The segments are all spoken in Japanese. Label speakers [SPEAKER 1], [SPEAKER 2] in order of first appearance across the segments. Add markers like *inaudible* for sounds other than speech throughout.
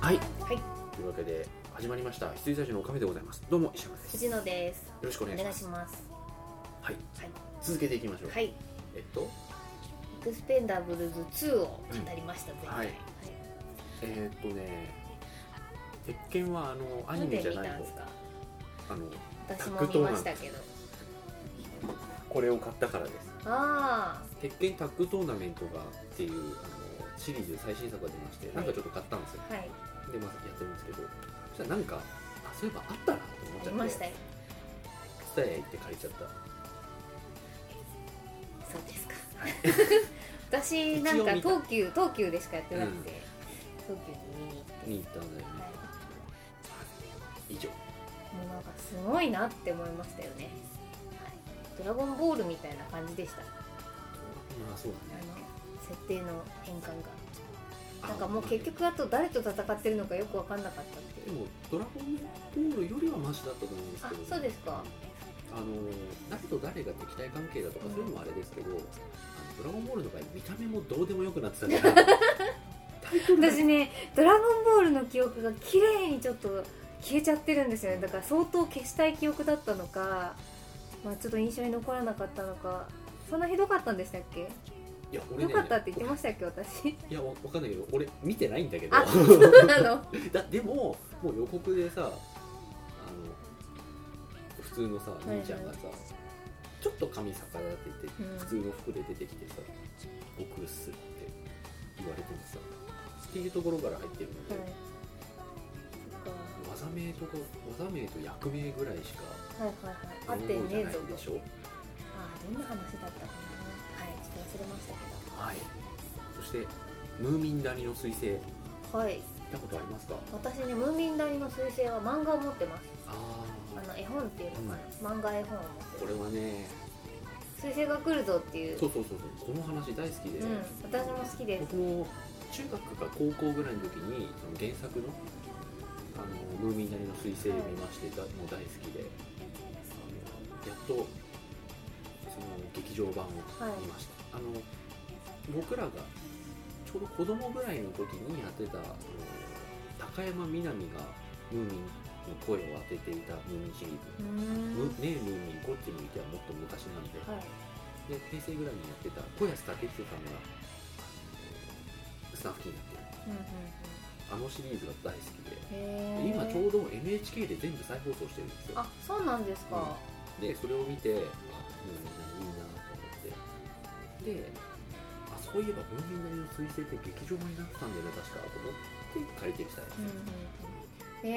[SPEAKER 1] はい、
[SPEAKER 2] はい
[SPEAKER 1] というわけで始まりました羊最初のおかみでございますどうも石山ですよ
[SPEAKER 2] 藤野です
[SPEAKER 1] ろしくお
[SPEAKER 2] お
[SPEAKER 1] 願いし
[SPEAKER 2] 願
[SPEAKER 1] ま
[SPEAKER 2] い
[SPEAKER 1] す
[SPEAKER 2] します
[SPEAKER 1] はい
[SPEAKER 2] はい、
[SPEAKER 1] 続けていきましょう、
[SPEAKER 2] はい、エ
[SPEAKER 1] えっと
[SPEAKER 2] クスペンダブルズ2を語りました、前回、
[SPEAKER 1] は
[SPEAKER 2] はいい
[SPEAKER 1] えーっとね鉄拳はあのア
[SPEAKER 2] な
[SPEAKER 1] ニ
[SPEAKER 2] ん
[SPEAKER 1] メ
[SPEAKER 2] で
[SPEAKER 1] じゃ
[SPEAKER 2] 見
[SPEAKER 1] ない
[SPEAKER 2] たん
[SPEAKER 1] 方
[SPEAKER 2] ですか
[SPEAKER 1] あの
[SPEAKER 2] 私も見ましたけど
[SPEAKER 1] これを買ったからです
[SPEAKER 2] あ
[SPEAKER 1] 鉄拳タッグトーナメントがっていうあのシリーズ最新作が出ましてなんかちょっと買ったんですよ、
[SPEAKER 2] あはい
[SPEAKER 1] でまあやってるんですけどそしたらなんかあそういえばあったなと思っち
[SPEAKER 2] 見
[SPEAKER 1] ゃ
[SPEAKER 2] ま
[SPEAKER 1] っ
[SPEAKER 2] してたよ
[SPEAKER 1] 蔦屋行って借りちゃった
[SPEAKER 2] そうですか私なんか
[SPEAKER 1] 一応見
[SPEAKER 2] 東急東急でしかやってなくて、東急に見に行って
[SPEAKER 1] に行ったんだよね
[SPEAKER 2] は
[SPEAKER 1] 以上
[SPEAKER 2] いもうなんかすごいなって思いましたよね、はい、ドラゴンボールみたいな感じでした
[SPEAKER 1] まあそうだ
[SPEAKER 2] あ
[SPEAKER 1] ね
[SPEAKER 2] の設定の変換が
[SPEAKER 1] あ
[SPEAKER 2] なんかもう結局あと誰と戦ってるのかよく分かんなかったって
[SPEAKER 1] で
[SPEAKER 2] いう
[SPEAKER 1] もドラゴンボールよりはマシだったと思うんです
[SPEAKER 2] あ
[SPEAKER 1] けど
[SPEAKER 2] そうですか
[SPEAKER 1] あの誰と誰が敵対関係だとかそういうのもあれです
[SPEAKER 2] *laughs*
[SPEAKER 1] けど、あのドラゴンボールの場合見た目もどうでもよくなってたからタイトルが
[SPEAKER 2] 私ね「ドラゴンボール」の記憶が綺麗にちょっと消えちゃってるんですよねだから相当消したい記憶だったのか、まあ、ちょっと印象に残らなかったのかそんなひどかったんでしたっけ
[SPEAKER 1] いや俺
[SPEAKER 2] 良
[SPEAKER 1] ね
[SPEAKER 2] かったって言ってましたっけ私
[SPEAKER 1] いやわわかんないけど俺見てないんだけど
[SPEAKER 2] あそうなの
[SPEAKER 1] だでももう予告でさあの普通のさ
[SPEAKER 2] いはい
[SPEAKER 1] 兄ちゃんがさ、ちょっと髪逆立てて
[SPEAKER 2] うん
[SPEAKER 1] 普通の服で出てきてさ「僕っす」って言われてもさっていうところから入ってるので、
[SPEAKER 2] はい
[SPEAKER 1] 技名とか技名と役名ぐらいしか
[SPEAKER 2] そっかはいはい
[SPEAKER 1] ド
[SPEAKER 2] はい
[SPEAKER 1] ラゴ
[SPEAKER 2] 合ってねえ
[SPEAKER 1] ンボールじゃない
[SPEAKER 2] ぞ
[SPEAKER 1] でしょ
[SPEAKER 2] ああどんな話だったかなはいちょっと忘れましたけ
[SPEAKER 1] はいそして「ムーミン谷の彗星」
[SPEAKER 2] どはい
[SPEAKER 1] 見たことありますか
[SPEAKER 2] 私ね「ムーミン谷の彗星」は漫画を持ってます
[SPEAKER 1] あ
[SPEAKER 2] あ
[SPEAKER 1] あ
[SPEAKER 2] の絵本っていうのかな、漫画絵本を持って
[SPEAKER 1] こ
[SPEAKER 2] る
[SPEAKER 1] れはね
[SPEAKER 2] 彗星が来るぞっていう
[SPEAKER 1] そうそうそうそうこの話大好きで、
[SPEAKER 2] うん、私も好きです。
[SPEAKER 1] 僕も中学か高校ぐらいの時にその原作の「あのムーミン谷の彗星」を見まして、だもう大好きであのやっとその劇場版を
[SPEAKER 2] はい
[SPEAKER 1] 見ました、あの僕らがちょうど子供ぐらいの時にやってたあの高山みなみがムーミンの声を当てていたムーミンシリー
[SPEAKER 2] うー
[SPEAKER 1] ズ「
[SPEAKER 2] ん
[SPEAKER 1] むねえムーミンこっち向いて」はもっと昔なんで、
[SPEAKER 2] はい。
[SPEAKER 1] で平成ぐらいにやってた小安武ってさんがスタッフになってる
[SPEAKER 2] うんうん
[SPEAKER 1] あのシリーズが大好き
[SPEAKER 2] うん。
[SPEAKER 1] で
[SPEAKER 2] へー
[SPEAKER 1] で今ちょうど NHK で全部再放送してるんですよ
[SPEAKER 2] あ、そうなんですか。
[SPEAKER 1] でそれを見てあうんいいなと思ってであそういえば「文明なりの彗星」って劇場版になってたんだよね確かと思って借りてきたやつ、
[SPEAKER 2] うんうんうん。へ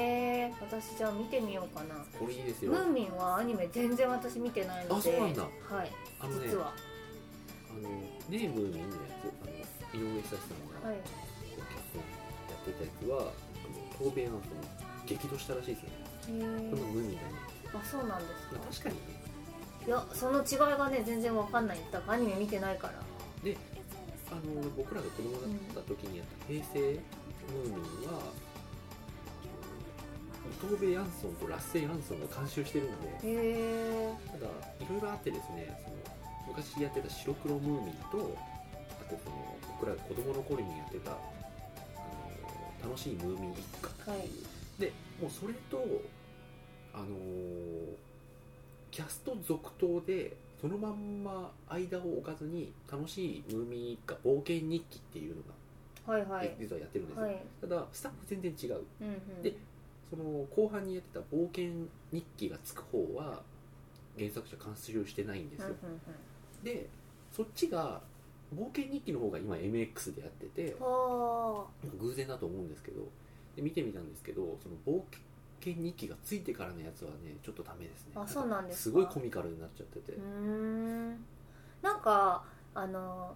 [SPEAKER 2] え、私じゃあ見てみようかな。
[SPEAKER 1] これいいですよ
[SPEAKER 2] ムーミンはアニメ全然私見てないので。
[SPEAKER 1] あそうなんだ
[SPEAKER 2] はい。
[SPEAKER 1] あのね
[SPEAKER 2] 実は。
[SPEAKER 1] あの「ねえムーミン」のやつあの井上久志さんが、
[SPEAKER 2] はい。
[SPEAKER 1] 脚本やってたやつはあの東米アントに激怒したらしいですよね
[SPEAKER 2] へ
[SPEAKER 1] これも
[SPEAKER 2] え。
[SPEAKER 1] 無理だね
[SPEAKER 2] あ、そうなんです
[SPEAKER 1] まあ
[SPEAKER 2] か。
[SPEAKER 1] 確かにね
[SPEAKER 2] いや、その違いがね、全然わかんない。だからアニメ見てないから。
[SPEAKER 1] であの僕らが子供だった時にやった平成ムーミンは東米アンソンとラッセイ・アンソンが監修してるんで
[SPEAKER 2] へえ。
[SPEAKER 1] ただいろいろあってですねその昔やってた白黒ムーミンとあとその僕らが子供の頃にやってたあの楽しいムーミン一家っていう、
[SPEAKER 2] はい
[SPEAKER 1] でもうそれとあのキャスト続投でそのまんま間を置かずに楽しいムーミン一家冒険日記っていうの
[SPEAKER 2] はいは
[SPEAKER 1] が
[SPEAKER 2] い。
[SPEAKER 1] 実はやってるんですよ、
[SPEAKER 2] はい。
[SPEAKER 1] ただスタッフ全然違う
[SPEAKER 2] うんうん。
[SPEAKER 1] でその後半にやってた冒険日記がつく方は原作者監修してないんです
[SPEAKER 2] うんう
[SPEAKER 1] よ、
[SPEAKER 2] ん
[SPEAKER 1] でそっちが冒険日記の方が今 MX でやってて
[SPEAKER 2] うん。は
[SPEAKER 1] 偶然だと思うんですけどで見てみたんですけどその冒険日記がついてからのやつはねちょっとダメですね
[SPEAKER 2] あそうなんですか
[SPEAKER 1] すごいコミカルになっちゃってて、
[SPEAKER 2] うーんなんかあの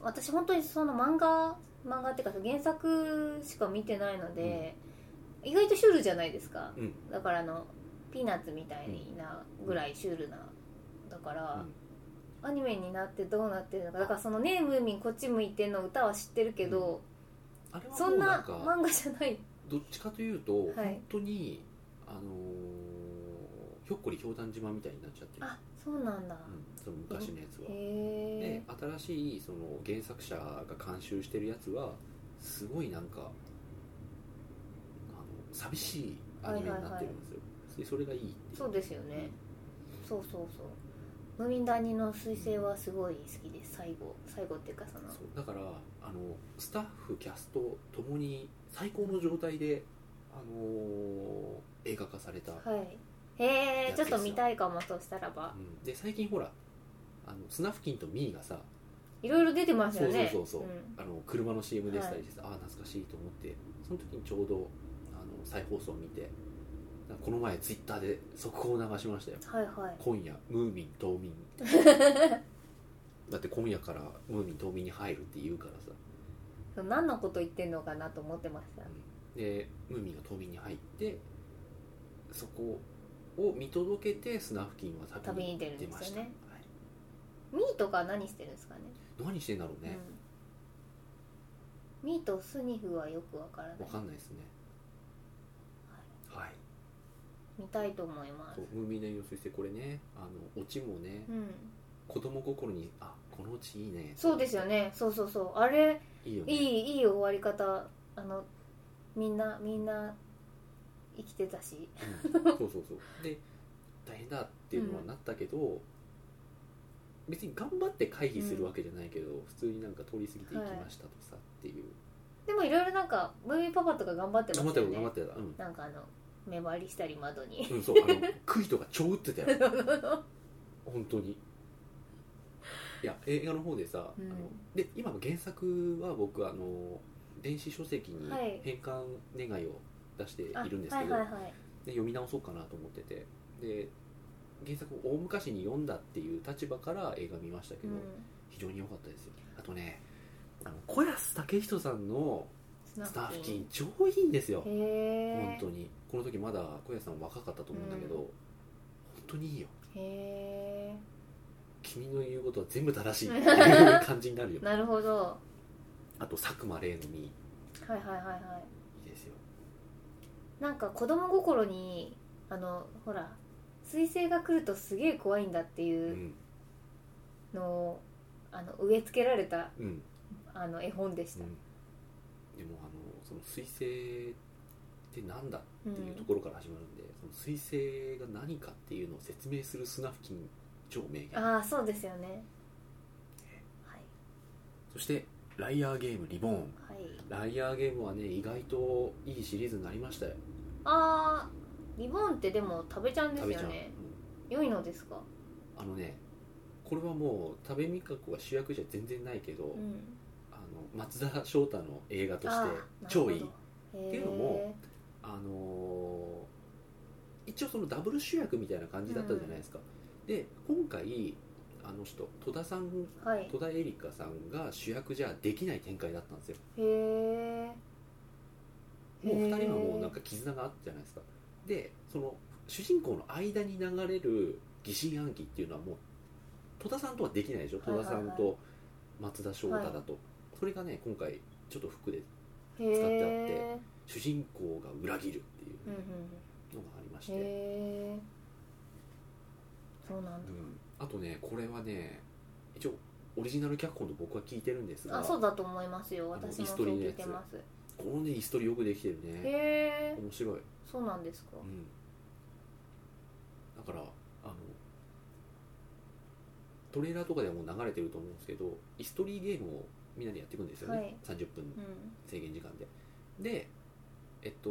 [SPEAKER 2] 私本当にその漫画漫画っていうか原作しか見てないので、意外とシュールじゃないですか
[SPEAKER 1] うん
[SPEAKER 2] だからあのピーナッツみたいなぐらいシュールなだから、アニメになってどうなってるのかだからその「ねえムーミンこっち向いてん」の歌は知ってるけど、
[SPEAKER 1] あれは
[SPEAKER 2] そ
[SPEAKER 1] もうんな
[SPEAKER 2] なん
[SPEAKER 1] か
[SPEAKER 2] 漫画じゃない
[SPEAKER 1] どっちかというと、
[SPEAKER 2] はい
[SPEAKER 1] 本当にあのーひょっこりひょうたん島みたいになっちゃってる、
[SPEAKER 2] あそうなんだ、
[SPEAKER 1] うん、その昔のやつは
[SPEAKER 2] へ
[SPEAKER 1] で
[SPEAKER 2] え
[SPEAKER 1] 新しいその原作者が監修してるやつはすごいなんか寂しいアニメになってるんですよ、でそれがいいってい
[SPEAKER 2] そうですよねそうそうそうムーミン谷の彗星はすごい好きです最後最後っていうかその
[SPEAKER 1] そうだからあのスタッフキャストともに最高の状態で、あのー映画化された、
[SPEAKER 2] はいへえちょっと見たいかもそうしたらば
[SPEAKER 1] うんで最近ほらあのスナフキンとミーがさ
[SPEAKER 2] いろいろ出てますよね
[SPEAKER 1] そうそうそうそうんあの車の CM でしたりしてさ、ああ懐かしいと思ってその時にちょうどあの再放送を見てなんかこの前ツイッターで速報を流しましたよ
[SPEAKER 2] はいはい
[SPEAKER 1] 今夜ムーミン冬 *laughs* 眠だって今夜からムーミン冬眠に入るって言うからさ
[SPEAKER 2] そう何のこと言ってんのかなと思ってました
[SPEAKER 1] でムーミンが冬眠に入ってそこを見届けてスナフキンは旅に出
[SPEAKER 2] 旅に出るん
[SPEAKER 1] ま
[SPEAKER 2] ですよ
[SPEAKER 1] した、
[SPEAKER 2] ねミーとか何してるんですかね
[SPEAKER 1] はい、何してんだろうね、
[SPEAKER 2] うん、ミーとスニフはよくわからない
[SPEAKER 1] わかんないですねはい、
[SPEAKER 2] 見たいと思います
[SPEAKER 1] そうムーミン内容そしてこれねあのオチもね、
[SPEAKER 2] うん、
[SPEAKER 1] 子供心にあこのオチいいね
[SPEAKER 2] そうですよねそうそうそうあれ
[SPEAKER 1] いいよね
[SPEAKER 2] いいいい終わり方あのみんなみんな生きてたし
[SPEAKER 1] うんそうそうそうで大変だっていうのはなったけど、別に頑張って回避するわけじゃないけど、普通になんか通り過ぎていきましたとさ、っていう
[SPEAKER 2] でもいろいろなんかムーミンパパとか頑張って
[SPEAKER 1] 頑
[SPEAKER 2] ま
[SPEAKER 1] 張
[SPEAKER 2] す
[SPEAKER 1] って
[SPEAKER 2] よ
[SPEAKER 1] た頑張
[SPEAKER 2] ね
[SPEAKER 1] ってた
[SPEAKER 2] *laughs*
[SPEAKER 1] うん
[SPEAKER 2] なんかあの目張りしたり窓
[SPEAKER 1] *laughs*
[SPEAKER 2] に
[SPEAKER 1] うん、そう、あの、杭とか超打ってたよ、
[SPEAKER 2] は
[SPEAKER 1] 本当に。いや、映画の方でさ、
[SPEAKER 2] うん
[SPEAKER 1] あので、今の原作は僕、あの、電子書籍に
[SPEAKER 2] はい
[SPEAKER 1] 返還願いを出してい
[SPEAKER 2] い
[SPEAKER 1] るんですけど、
[SPEAKER 2] はいはいはい
[SPEAKER 1] で読み直そうかなと思ってて、で、原作を大昔に読んだっていう立場から映画見ましたけ
[SPEAKER 2] う
[SPEAKER 1] ど、
[SPEAKER 2] ん、
[SPEAKER 1] 非常に良かったですよ。あとね、あの小安武人さんの
[SPEAKER 2] スナ
[SPEAKER 1] スター
[SPEAKER 2] フ
[SPEAKER 1] フ
[SPEAKER 2] キ
[SPEAKER 1] キン
[SPEAKER 2] ン
[SPEAKER 1] 超いいんですよ。
[SPEAKER 2] へ
[SPEAKER 1] 本当にこの時まだ小安さん若かったと思うんだけど、
[SPEAKER 2] うん
[SPEAKER 1] 本当にいいよ
[SPEAKER 2] えへ
[SPEAKER 1] 君の言うことは全部正しいっていう感じにな
[SPEAKER 2] *laughs*
[SPEAKER 1] るよ
[SPEAKER 2] えなるほどは
[SPEAKER 1] あと佐久間玲の実い
[SPEAKER 2] いはいはいはい
[SPEAKER 1] いですよ
[SPEAKER 2] なんか子供心にあのほら彗星が来るとすげえ怖いんだって
[SPEAKER 1] う
[SPEAKER 2] いうんのを、あの植え付けられた
[SPEAKER 1] うん、うん、
[SPEAKER 2] あの絵本でした、
[SPEAKER 1] でもあのその彗星ってなんだっ
[SPEAKER 2] うん
[SPEAKER 1] ていうところから始まるんで、その彗星が何かっていうのを説明するスナフキン超名言
[SPEAKER 2] ああそうですよねはい
[SPEAKER 1] そして「ライアーゲームリボーン」
[SPEAKER 2] はい
[SPEAKER 1] ライアーゲームはね意外といいシリーズになりましたよ
[SPEAKER 2] あーリボンってでも食べちゃうんです
[SPEAKER 1] 食べちゃ
[SPEAKER 2] よ
[SPEAKER 1] う、
[SPEAKER 2] ね
[SPEAKER 1] うん
[SPEAKER 2] 良いのですか
[SPEAKER 1] あのねこれはもう多部未華子が主役じゃ全然ないけど、
[SPEAKER 2] うん
[SPEAKER 1] あの松田翔太の映画として超いい
[SPEAKER 2] て
[SPEAKER 1] っていうのもあのー一応そのダブル主役みたいな感じだったじゃないですか、で今回あの人戸田さん
[SPEAKER 2] はい
[SPEAKER 1] 戸田恵梨香さんが主役じゃできない展開だったんですよ
[SPEAKER 2] へえ
[SPEAKER 1] もう2人はもうなんか絆があったじゃないですかでその主人公の間に流れる疑心暗鬼っていうのはもう戸田さんとはできないでしょ戸田さん
[SPEAKER 2] はいはいは
[SPEAKER 1] と松田翔太だと、それがね今回ちょっと服で
[SPEAKER 2] 使って
[SPEAKER 1] あって
[SPEAKER 2] へ
[SPEAKER 1] 主人公が裏切るってい
[SPEAKER 2] ーうんうん
[SPEAKER 1] うのがありまし
[SPEAKER 2] うん
[SPEAKER 1] て、
[SPEAKER 2] へえそうなん
[SPEAKER 1] う
[SPEAKER 2] だ
[SPEAKER 1] ん、あとねこれはね一応オリジナル脚本と僕は聞いてるんですが
[SPEAKER 2] あそうだと思いますよ
[SPEAKER 1] あの
[SPEAKER 2] 私も
[SPEAKER 1] イス
[SPEAKER 2] そ
[SPEAKER 1] ト
[SPEAKER 2] う
[SPEAKER 1] リーの
[SPEAKER 2] 聞
[SPEAKER 1] や
[SPEAKER 2] い
[SPEAKER 1] つ
[SPEAKER 2] てます
[SPEAKER 1] このねイストリよくできてるね
[SPEAKER 2] へえ
[SPEAKER 1] 面白い、
[SPEAKER 2] そうなんですか
[SPEAKER 1] うん、だからあのトレーラーとかではもう流れてると思うんですけどイストリーゲームをみんなでやっていくんですよね、
[SPEAKER 2] はい
[SPEAKER 1] 30分の
[SPEAKER 2] うん
[SPEAKER 1] 制限時間ででえっと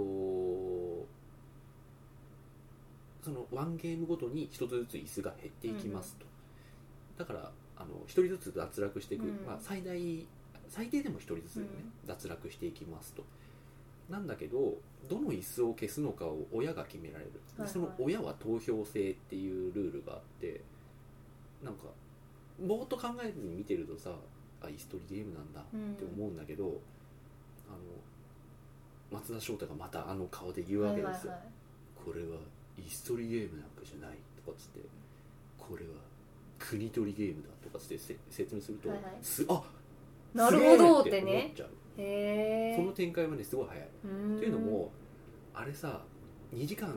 [SPEAKER 1] そのワンゲームごとに一つずつ椅子が減っていきますと、だからあの一人ずつ脱落してい
[SPEAKER 2] う
[SPEAKER 1] く、
[SPEAKER 2] ん
[SPEAKER 1] まあ、最大最低でも一人ずつだよね、脱落していきますとなんだけどどの椅子を消すのかを親が決められる、
[SPEAKER 2] はいはい
[SPEAKER 1] でその親は投票制っていうルールがあってなんかぼーっと考えずに見てるとさあ椅子取りゲームなんだ
[SPEAKER 2] うん
[SPEAKER 1] って思うんだけど、あの松田翔太がまたあの顔で言うわけですよ、
[SPEAKER 2] はいはいはい
[SPEAKER 1] これは椅子取りゲームなんかじゃないとかっつってこれは国取りゲームだとかっつってせ説明すると、
[SPEAKER 2] はいはい
[SPEAKER 1] すあ
[SPEAKER 2] なるほど
[SPEAKER 1] すげえ思っちゃう
[SPEAKER 2] へえ
[SPEAKER 1] その展開はねすごい早い、というのもあれさ2時間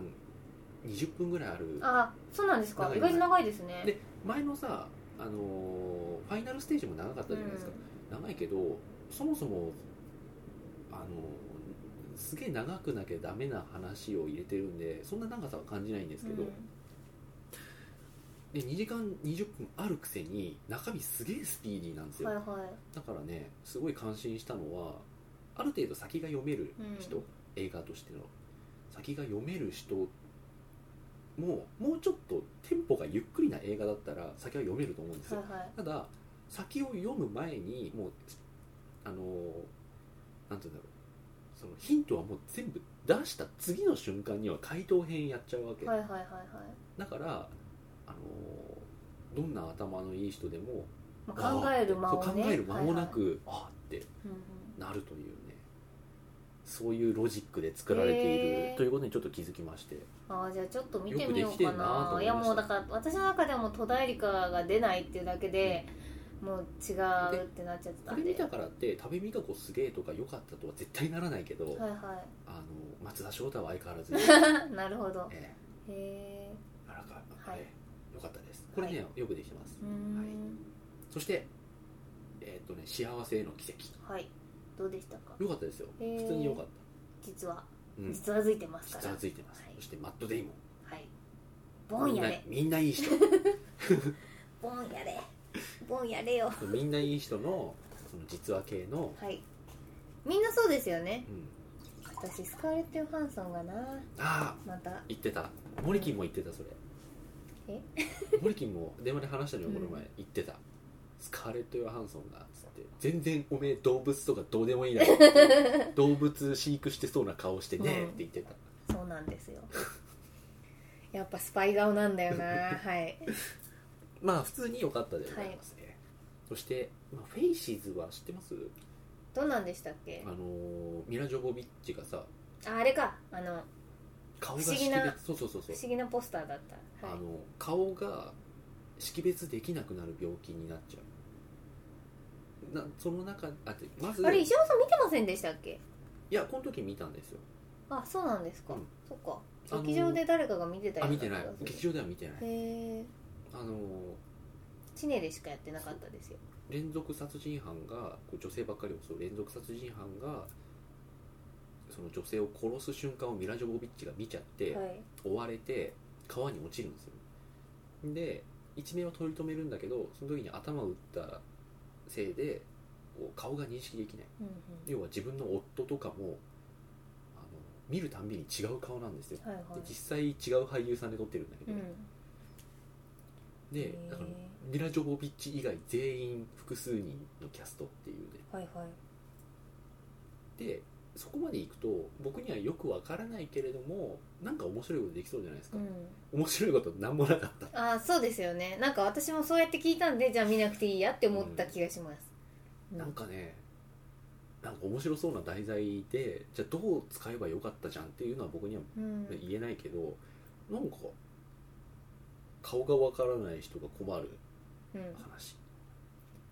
[SPEAKER 1] 20分ぐらいある
[SPEAKER 2] あそうなんですか
[SPEAKER 1] 長い
[SPEAKER 2] 意外と長いですね
[SPEAKER 1] で前のさ、あのーファイナルステージも長かったじゃないですか、長いけどそもそもあのースすげえ長くなきゃダメな話を入れてるんでそんな長さは感じないんですけど、で2時間20分あるくせに中身すげえスピーディーなんです
[SPEAKER 2] うん
[SPEAKER 1] よ、
[SPEAKER 2] はいはい
[SPEAKER 1] だからねすごい感心したのはある程度先が読める人、
[SPEAKER 2] うん
[SPEAKER 1] 映画としての先が読める人ももうちょっとテンポがゆっくりな映画だったら先は読めると思うんですよ、
[SPEAKER 2] はいはい
[SPEAKER 1] ただ先を読む前にもうあのーなんて言うんだろうそのヒントはもう全部出した次の瞬間には回答編やっちゃうわけ、
[SPEAKER 2] はいはいはいはい
[SPEAKER 1] だから、あのーどんな頭のいい人でも
[SPEAKER 2] まあ考える間を
[SPEAKER 1] そう
[SPEAKER 2] ね
[SPEAKER 1] 考える間もなく、
[SPEAKER 2] はい
[SPEAKER 1] あーって
[SPEAKER 2] はい
[SPEAKER 1] なるというねそういうロジックで作られている、
[SPEAKER 2] へー
[SPEAKER 1] ということにちょっと気づきまして
[SPEAKER 2] うんうんあーじゃあちょっと見てみよ
[SPEAKER 1] よくで
[SPEAKER 2] う
[SPEAKER 1] きて
[SPEAKER 2] か
[SPEAKER 1] んなと
[SPEAKER 2] な
[SPEAKER 1] 思
[SPEAKER 2] い
[SPEAKER 1] いました
[SPEAKER 2] やもうだから私の中でも戸田恵梨香が出ないっていうだけで、もう違うってなっちゃってた
[SPEAKER 1] こ
[SPEAKER 2] ん
[SPEAKER 1] れ
[SPEAKER 2] で
[SPEAKER 1] 見たからって多部未華子すげえとか良かったとは絶対ならないけど、
[SPEAKER 2] はい
[SPEAKER 1] あの松田翔太は相変わ
[SPEAKER 2] *laughs*
[SPEAKER 1] らず、
[SPEAKER 2] はいなるほど
[SPEAKER 1] え
[SPEAKER 2] へえ
[SPEAKER 1] えあらか、
[SPEAKER 2] はい
[SPEAKER 1] ええ良かったですこれね、よくできてます、
[SPEAKER 2] うーん
[SPEAKER 1] そしてえーっとね「幸せへの奇跡
[SPEAKER 2] はいどうでしたか」
[SPEAKER 1] 良かったですよ
[SPEAKER 2] へー
[SPEAKER 1] 普通に良かった、
[SPEAKER 2] 実は
[SPEAKER 1] うん
[SPEAKER 2] 実はづいてますか
[SPEAKER 1] 実
[SPEAKER 2] ら
[SPEAKER 1] はついてます、
[SPEAKER 2] はい
[SPEAKER 1] そしてマット・デイモン
[SPEAKER 2] はいボンやれ
[SPEAKER 1] みんない
[SPEAKER 2] *laughs*
[SPEAKER 1] い人
[SPEAKER 2] ボンやれボンやれよ
[SPEAKER 1] みんないい人のその実話系の、
[SPEAKER 2] はいみんなそうですよね
[SPEAKER 1] うん、
[SPEAKER 2] 私スカーレット・ヨハンソンがな
[SPEAKER 1] ああ
[SPEAKER 2] また
[SPEAKER 1] 言ってたモリキンも言ってたそれ *laughs*
[SPEAKER 2] え
[SPEAKER 1] モリキンも電話で話したのよこの前、
[SPEAKER 2] うん
[SPEAKER 1] 言ってたスカーレット・ヨハンソンがつって全然おめえ動物とかどうでもいいだろっ
[SPEAKER 2] *laughs*
[SPEAKER 1] て動物飼育してそうな顔してね
[SPEAKER 2] うん
[SPEAKER 1] って言ってた、
[SPEAKER 2] そうなんです *laughs* よやっぱスパイ顔なんだよなはい
[SPEAKER 1] まあ普通に良かったでございますね、そして、まあ、フェイシーズは知ってます
[SPEAKER 2] どうなんでしたっけ
[SPEAKER 1] あのーミラ・ジョボビッチがさ
[SPEAKER 2] ああれかあの
[SPEAKER 1] 顔が
[SPEAKER 2] 不思
[SPEAKER 1] 識
[SPEAKER 2] 議な
[SPEAKER 1] 別そうそうそう
[SPEAKER 2] 不
[SPEAKER 1] そう
[SPEAKER 2] 思議なポスターだった、は
[SPEAKER 1] あ
[SPEAKER 2] い、
[SPEAKER 1] の顔が識別できなくなる病気になっちゃうなその中あてまず
[SPEAKER 2] あれ
[SPEAKER 1] い
[SPEAKER 2] 石山さん見てませんでしたっけ
[SPEAKER 1] やこの時見たんですよ
[SPEAKER 2] あそうなんですか、
[SPEAKER 1] うん
[SPEAKER 2] そっか
[SPEAKER 1] あの
[SPEAKER 2] 劇場で誰かが見てた
[SPEAKER 1] あ
[SPEAKER 2] やつ
[SPEAKER 1] 見てない
[SPEAKER 2] へ
[SPEAKER 1] 劇場では見てない
[SPEAKER 2] え
[SPEAKER 1] あの
[SPEAKER 2] チネでしかやってなかったですよ
[SPEAKER 1] 連続殺人犯がこう女性ばっかりを襲う連続殺人犯がその女性を殺す瞬間をミラ・ジョボビッチが見ちゃって、
[SPEAKER 2] はい
[SPEAKER 1] 追われて川に落ちるんですよで一命を取り留めるんだけどその時に頭を打ったせいでこう顔が認識できない
[SPEAKER 2] うん
[SPEAKER 1] 要は自分の夫とかもあの見るたんびに違う顔なんですよ、
[SPEAKER 2] うんはいはい
[SPEAKER 1] で実際違う俳優さんで撮ってるんだけど、
[SPEAKER 2] うんへ
[SPEAKER 1] で
[SPEAKER 2] ー
[SPEAKER 1] だからミラ・ジョボビッチ以外全員複数人のキャストっていうね
[SPEAKER 2] はいはい
[SPEAKER 1] でそこまでいくと僕にはよくわからないけれどもなんか面白いことできそうじゃないですか
[SPEAKER 2] う、ん
[SPEAKER 1] 面白いことなんもなかった
[SPEAKER 2] あーそうですよねなんか私もそうやって聞いたんでじゃあ見なくていいやって思った気がします、うん
[SPEAKER 1] なんかねなんか面白そうな題材でじゃあどう使えばよかったじゃんっていうのは僕には
[SPEAKER 2] うん
[SPEAKER 1] 言えないけど、なんか顔がわからない人が困る
[SPEAKER 2] うん
[SPEAKER 1] 話、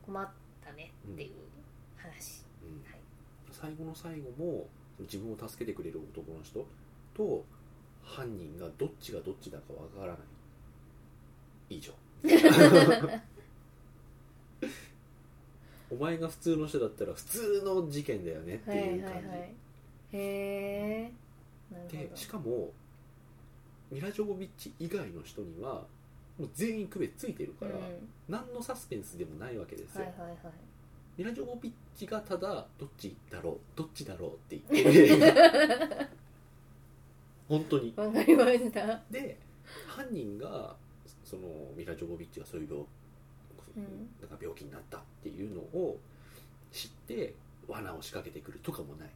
[SPEAKER 2] 困ったねっていう話、
[SPEAKER 1] うん
[SPEAKER 2] はい
[SPEAKER 1] 最後の最後も自分を助けてくれる男の人と犯人がどっちがどっちだかわからない
[SPEAKER 2] *laughs*
[SPEAKER 1] 以上お前が普通の人だったら普通の事件だよねって
[SPEAKER 2] はい
[SPEAKER 1] いう
[SPEAKER 2] は
[SPEAKER 1] 感じ、
[SPEAKER 2] いはいへえなるほ
[SPEAKER 1] でしかもミラ・ジョボビッチ以外の人にはもう全員区別ついてるか
[SPEAKER 2] ど、
[SPEAKER 1] ら、
[SPEAKER 2] うん、はい
[SPEAKER 1] 何のサスペンスでもないわけですよ、
[SPEAKER 2] はいはい
[SPEAKER 1] ミラ・ジョボビッチがただどっちだろうどっちだろうって言ってる
[SPEAKER 2] *laughs*
[SPEAKER 1] 本当に
[SPEAKER 2] わかりました
[SPEAKER 1] で犯人がそのミラ・ジョボビッチがそういう病,、
[SPEAKER 2] うん
[SPEAKER 1] なんか病気になったっていうのを知って罠を仕掛けてくるとかもない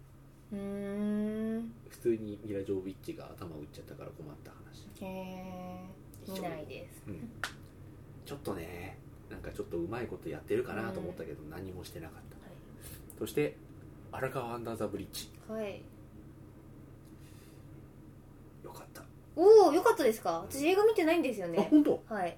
[SPEAKER 1] う
[SPEAKER 2] ーん
[SPEAKER 1] 普通にミラ・ジョボビッチが頭を打っちゃったから困った話
[SPEAKER 2] へえ見ないです
[SPEAKER 1] うんちょっとねなんかちょっとうまいことやってるかなと思ったけど、何もしてなかったそして荒川アンダーザブリッジ
[SPEAKER 2] はい、はい、
[SPEAKER 1] よかった、
[SPEAKER 2] おおよかったですか私映画見てないんですよ
[SPEAKER 1] あ
[SPEAKER 2] ね
[SPEAKER 1] 本当
[SPEAKER 2] はい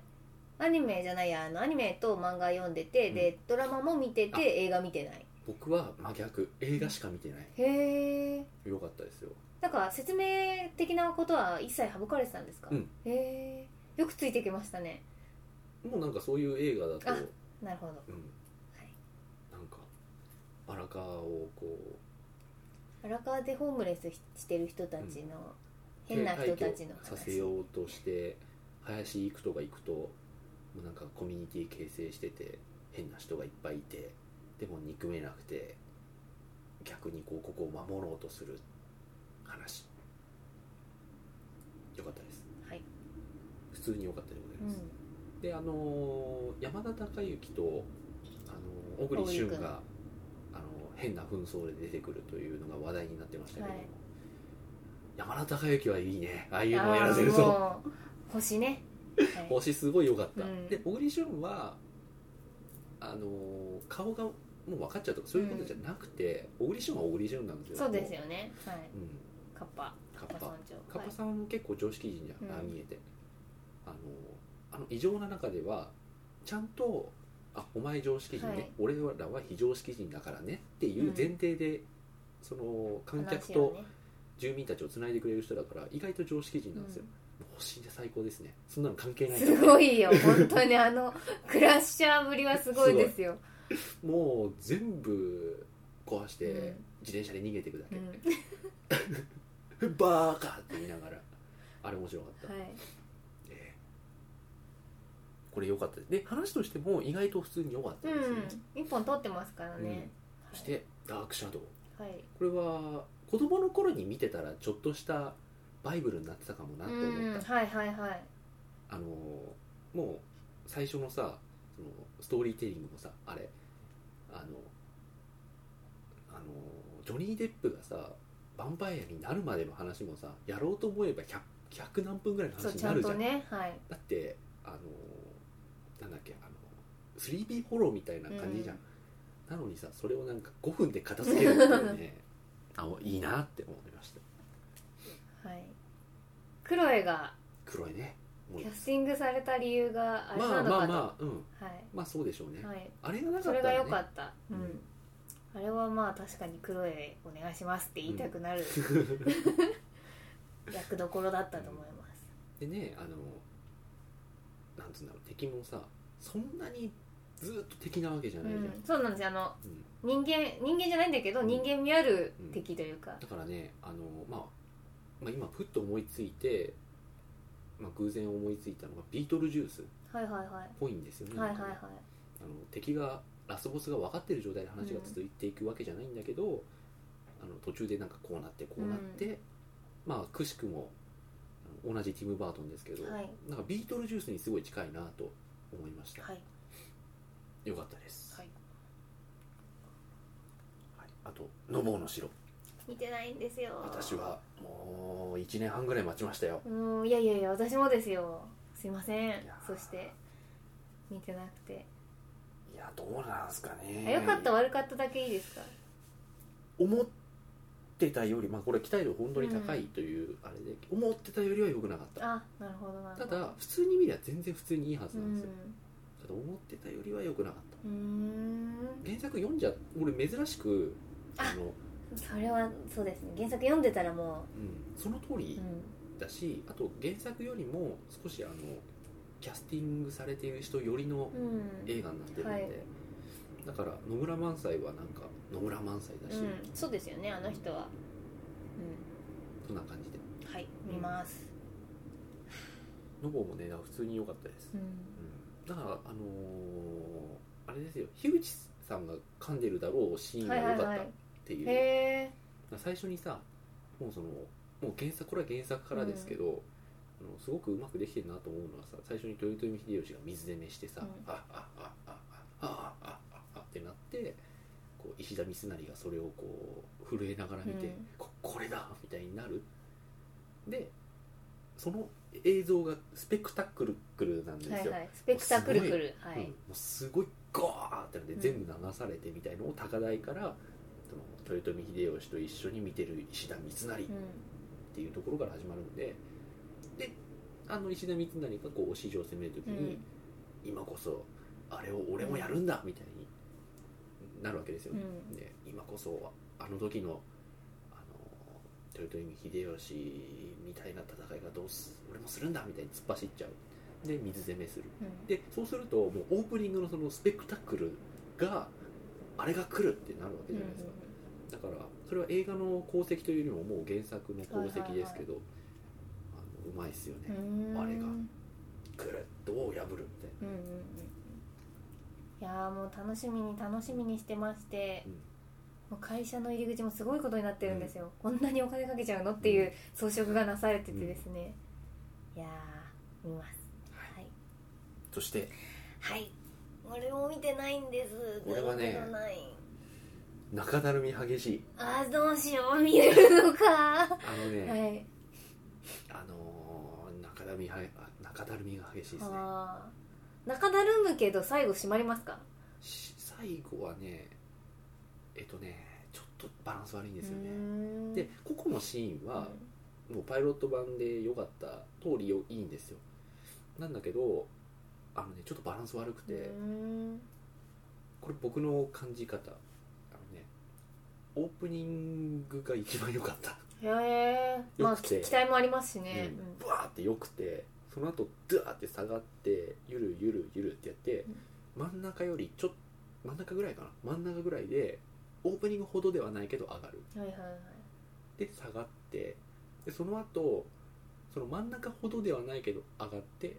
[SPEAKER 2] アニメじゃないやあのアニメと漫画読んでて、でドラマも見て
[SPEAKER 1] あ
[SPEAKER 2] て映画見てない
[SPEAKER 1] 僕は真逆映画しか見てない
[SPEAKER 2] へえ
[SPEAKER 1] よかったですよ
[SPEAKER 2] なんか説明的なことは一切省かれてたんですか、
[SPEAKER 1] うん
[SPEAKER 2] へえよくついてきましたね
[SPEAKER 1] もうなんかそういう映画だと
[SPEAKER 2] あなるほど
[SPEAKER 1] うん
[SPEAKER 2] はい
[SPEAKER 1] なんか荒川をこ
[SPEAKER 2] あ荒川でホームレスししてる人たちの、変な人たちの
[SPEAKER 1] 退去させ
[SPEAKER 2] 話
[SPEAKER 1] ようとして林行くとが行くともうなんかコミュニティ形成してて変な人がいっぱいいてでも憎めなくて逆にこうここを守ろうとする話よかったです
[SPEAKER 2] はい、
[SPEAKER 1] 普通に良かったでございうます、
[SPEAKER 2] ん、
[SPEAKER 1] であのー山田孝之と、あのー小栗旬
[SPEAKER 2] 小栗君
[SPEAKER 1] が、あのー変な紛争で出てくるというのが話題になってましたけども、
[SPEAKER 2] はい
[SPEAKER 1] 山田孝之はいいねああいうのをやらせると
[SPEAKER 2] あーもう星ね、はい
[SPEAKER 1] 星すごい良かった、
[SPEAKER 2] うん
[SPEAKER 1] で小栗旬はあのー顔がもう分かっちゃうとかそういうことじゃなくて、小栗旬は小栗旬なんですよ
[SPEAKER 2] そうですよね、はい、
[SPEAKER 1] うん
[SPEAKER 2] カッパ
[SPEAKER 1] カ
[SPEAKER 2] カ
[SPEAKER 1] ッ
[SPEAKER 2] ッパ
[SPEAKER 1] パ
[SPEAKER 2] 山頂
[SPEAKER 1] カッパさんも結構常識人じゃん、あ
[SPEAKER 2] うん
[SPEAKER 1] 見えてあのあの異常な中ではちゃんと「あお前常識人ね、
[SPEAKER 2] はい
[SPEAKER 1] 俺らは非常識人だからね」っていう前提で、その観
[SPEAKER 2] はい、
[SPEAKER 1] 客
[SPEAKER 2] 話を
[SPEAKER 1] と
[SPEAKER 2] ね
[SPEAKER 1] 住民たちをつないでくれる人だから意外と常識人なんですよ、星で最高ですねそんなの関係
[SPEAKER 2] う
[SPEAKER 1] なんい
[SPEAKER 2] すごいよ本当にあの *laughs* クラッシャーぶりはすごいですよ
[SPEAKER 1] もう全部壊して
[SPEAKER 2] うん
[SPEAKER 1] 自転車で逃げていくだ
[SPEAKER 2] う
[SPEAKER 1] け、
[SPEAKER 2] ん、
[SPEAKER 1] バーカって言いながらあれ面白かった、
[SPEAKER 2] はい
[SPEAKER 1] ええこれ良かったですで話としても意外と普通に良かったですね、
[SPEAKER 2] うん一本取ってますから
[SPEAKER 1] うん
[SPEAKER 2] ね、
[SPEAKER 1] そしてダークシャドウ
[SPEAKER 2] はい、はい
[SPEAKER 1] これは子供の頃に見てたらちょっとしたバイブルになってたかもなと思った、
[SPEAKER 2] うんはいはいはい
[SPEAKER 1] あのーもう最初のさそのストーリーテリングもさあれあのあのージョニー・デップがさヴァンパイアになるまでの話もさやろうと思えば 100, 100何分ぐらいの
[SPEAKER 2] そう
[SPEAKER 1] 話に
[SPEAKER 2] ち
[SPEAKER 1] な
[SPEAKER 2] ゃ
[SPEAKER 1] る
[SPEAKER 2] ん
[SPEAKER 1] じゃ
[SPEAKER 2] と
[SPEAKER 1] ん
[SPEAKER 2] ねはい
[SPEAKER 1] だってあのーなんだっけあの 3B ホローみたいな感じじゃん、なのにさそれをなんか5分で片付けるっていうねあいいなって思いました
[SPEAKER 2] はいクロエが
[SPEAKER 1] 黒いねもう
[SPEAKER 2] キャスティングされた理由があれ
[SPEAKER 1] ま
[SPEAKER 2] な
[SPEAKER 1] あ
[SPEAKER 2] のかと、
[SPEAKER 1] まあまあうんまあそうでしょうね、
[SPEAKER 2] はい、はい、
[SPEAKER 1] あれがなか
[SPEAKER 2] そ
[SPEAKER 1] っ
[SPEAKER 2] れ
[SPEAKER 1] た
[SPEAKER 2] が
[SPEAKER 1] ら、ね、
[SPEAKER 2] 良かった、う、
[SPEAKER 1] うん
[SPEAKER 2] あれはまあ確かにクロエお願いしますって言いたくなる、
[SPEAKER 1] *laughs*
[SPEAKER 2] 役どころだったと思います、
[SPEAKER 1] *laughs* でねあのなんつうんだろう敵もさそんなにずっと敵なわけじゃ
[SPEAKER 2] う
[SPEAKER 1] ないじゃん、
[SPEAKER 2] ん、そうなんですよあの
[SPEAKER 1] うん
[SPEAKER 2] 人間人間じゃないんだけど
[SPEAKER 1] うん
[SPEAKER 2] 人間味ある敵というか、
[SPEAKER 1] だからねあの、まあ、まあ今ふっと思いついて、まあ、偶然思いついたのがビートルジュースっ
[SPEAKER 2] はいはいはい
[SPEAKER 1] ぽいんですよね,
[SPEAKER 2] はい
[SPEAKER 1] な
[SPEAKER 2] は
[SPEAKER 1] ん
[SPEAKER 2] い
[SPEAKER 1] かね、
[SPEAKER 2] はい
[SPEAKER 1] あの敵がラスボスが分かってる状態で話が続いていくわけじゃないんだけど、あの途中でなんかこうなってこうなって、まあくしくもあの同じティム・バートンですけど、
[SPEAKER 2] はい
[SPEAKER 1] なんかビートルジュースにすごい近いなと思いました、
[SPEAKER 2] はい
[SPEAKER 1] よかったです、
[SPEAKER 2] はい
[SPEAKER 1] はいあと「ノボウの城
[SPEAKER 2] 見てないんですよ」
[SPEAKER 1] 私はもう1年半ぐらい待ちましたよ
[SPEAKER 2] うんいやいやいや私もですよすいません
[SPEAKER 1] いやー
[SPEAKER 2] そして見てなくて、
[SPEAKER 1] いやどうなんすかね
[SPEAKER 2] あよかった悪かっただけいいですか
[SPEAKER 1] 思ってたよりまあこれ期待度本当に高いというあれで、思ってたよりは良くなかった
[SPEAKER 2] あなるほどなる
[SPEAKER 1] た
[SPEAKER 2] ほど
[SPEAKER 1] だ普通に見りゃ全然普通にいいはず
[SPEAKER 2] う
[SPEAKER 1] なんです
[SPEAKER 2] ん
[SPEAKER 1] よ、ただ思ってたよりは良くなかった
[SPEAKER 2] うーん
[SPEAKER 1] 原作読んじゃ俺珍しくあの、
[SPEAKER 2] それはそうですね原作読んでたらも
[SPEAKER 1] うん、その通
[SPEAKER 2] う、
[SPEAKER 1] り
[SPEAKER 2] うん、
[SPEAKER 1] だし、あと原作よりも少しあのキャスティングされている人よりの
[SPEAKER 2] うん
[SPEAKER 1] 映画になってるんで、
[SPEAKER 2] はい
[SPEAKER 1] だから野村萬斎はなんか野村萬斎だし、
[SPEAKER 2] うん、そうですよねあの人は、う
[SPEAKER 1] そんな感じで
[SPEAKER 2] ん、はい見ます、
[SPEAKER 1] ノボもね普通に良かったです、
[SPEAKER 2] うん、
[SPEAKER 1] うんだからあのーあれですよ樋口さんが噛んでるだろうシーンが良かったっていう、
[SPEAKER 2] へえ
[SPEAKER 1] 最初にさもうそのもう原作これは原作からですけど、あのすごくうまくできてるなと思うのはさ最初に豊臣秀吉が水攻めして
[SPEAKER 2] う
[SPEAKER 1] さ、
[SPEAKER 2] ん
[SPEAKER 1] ああああああああああってなってこう石田三成がそれをこう震えながら見て、
[SPEAKER 2] うん
[SPEAKER 1] ここれだみたいになるでその映像がスペクタクルクルなんですよ、
[SPEAKER 2] はいはいスペクタクルクルは
[SPEAKER 1] うん、
[SPEAKER 2] い
[SPEAKER 1] も、うすごいゴーってなって
[SPEAKER 2] うん
[SPEAKER 1] 全部流されてみたいのを高台から、その豊臣秀吉と一緒に見てる石田三成っ
[SPEAKER 2] うん
[SPEAKER 1] ていうところから始まるんでであの石田三成がこうお城を攻める時に、今こそあれを俺もやるんだみたいになるわけですよ
[SPEAKER 2] う
[SPEAKER 1] ね、
[SPEAKER 2] ん
[SPEAKER 1] で今こそあの時のあの豊臣秀吉みたいな戦いがどうす俺もするんだみたいに突っ走っちゃうで水攻めする
[SPEAKER 2] うん
[SPEAKER 1] でそうするともうオープニングのそのスペクタクルがあれが来るってなるわけじゃないですか、だからそれは映画の功績というよりももう原作の功績ですけど、あのうまいっすよね、
[SPEAKER 2] うん
[SPEAKER 1] あれが
[SPEAKER 2] うん
[SPEAKER 1] くるっとを破るみたい
[SPEAKER 2] うんうんうんいやーもう楽しみに楽しみにしてまして、
[SPEAKER 1] うん
[SPEAKER 2] もう会社の入り口もすごいことになってるんですよ、こんなにお金かけちゃうのっていう装飾がなされててですね、いやー見ますはい
[SPEAKER 1] なそして
[SPEAKER 2] はい俺も見てないんです
[SPEAKER 1] 俺はね
[SPEAKER 2] 見たことない
[SPEAKER 1] 中だるみ激しい
[SPEAKER 2] あーどうしよう見れるのかは
[SPEAKER 1] あのね、
[SPEAKER 2] い
[SPEAKER 1] あのー中だるみはあ中だるみが激しいですね
[SPEAKER 2] あー中だるむけど最後閉まりますか
[SPEAKER 1] し最後はねえっとねちょっとバランス悪いんですよ
[SPEAKER 2] うー
[SPEAKER 1] ね
[SPEAKER 2] ん
[SPEAKER 1] で個々のシーンは、
[SPEAKER 2] う
[SPEAKER 1] もうパイロット版で良かった通りよいいんですよなんだけどあのねちょっとバランス悪くて、
[SPEAKER 2] んうーん
[SPEAKER 1] これ僕の感じ方あのねオープニングが一番良かった、
[SPEAKER 2] へえまあ
[SPEAKER 1] よくて
[SPEAKER 2] き期待もありますしね、
[SPEAKER 1] うんブワーって良くてその後ドゥワーって下がってゆるゆるゆるってやって、真ん中よりちょっ真ん中ぐらいかな真ん中ぐらいでオープニングほどではないけど上がる
[SPEAKER 2] うんはいはいはい
[SPEAKER 1] で下がってでその後その真ん中ほどではないけど上がって